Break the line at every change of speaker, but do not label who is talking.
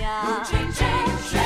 呀。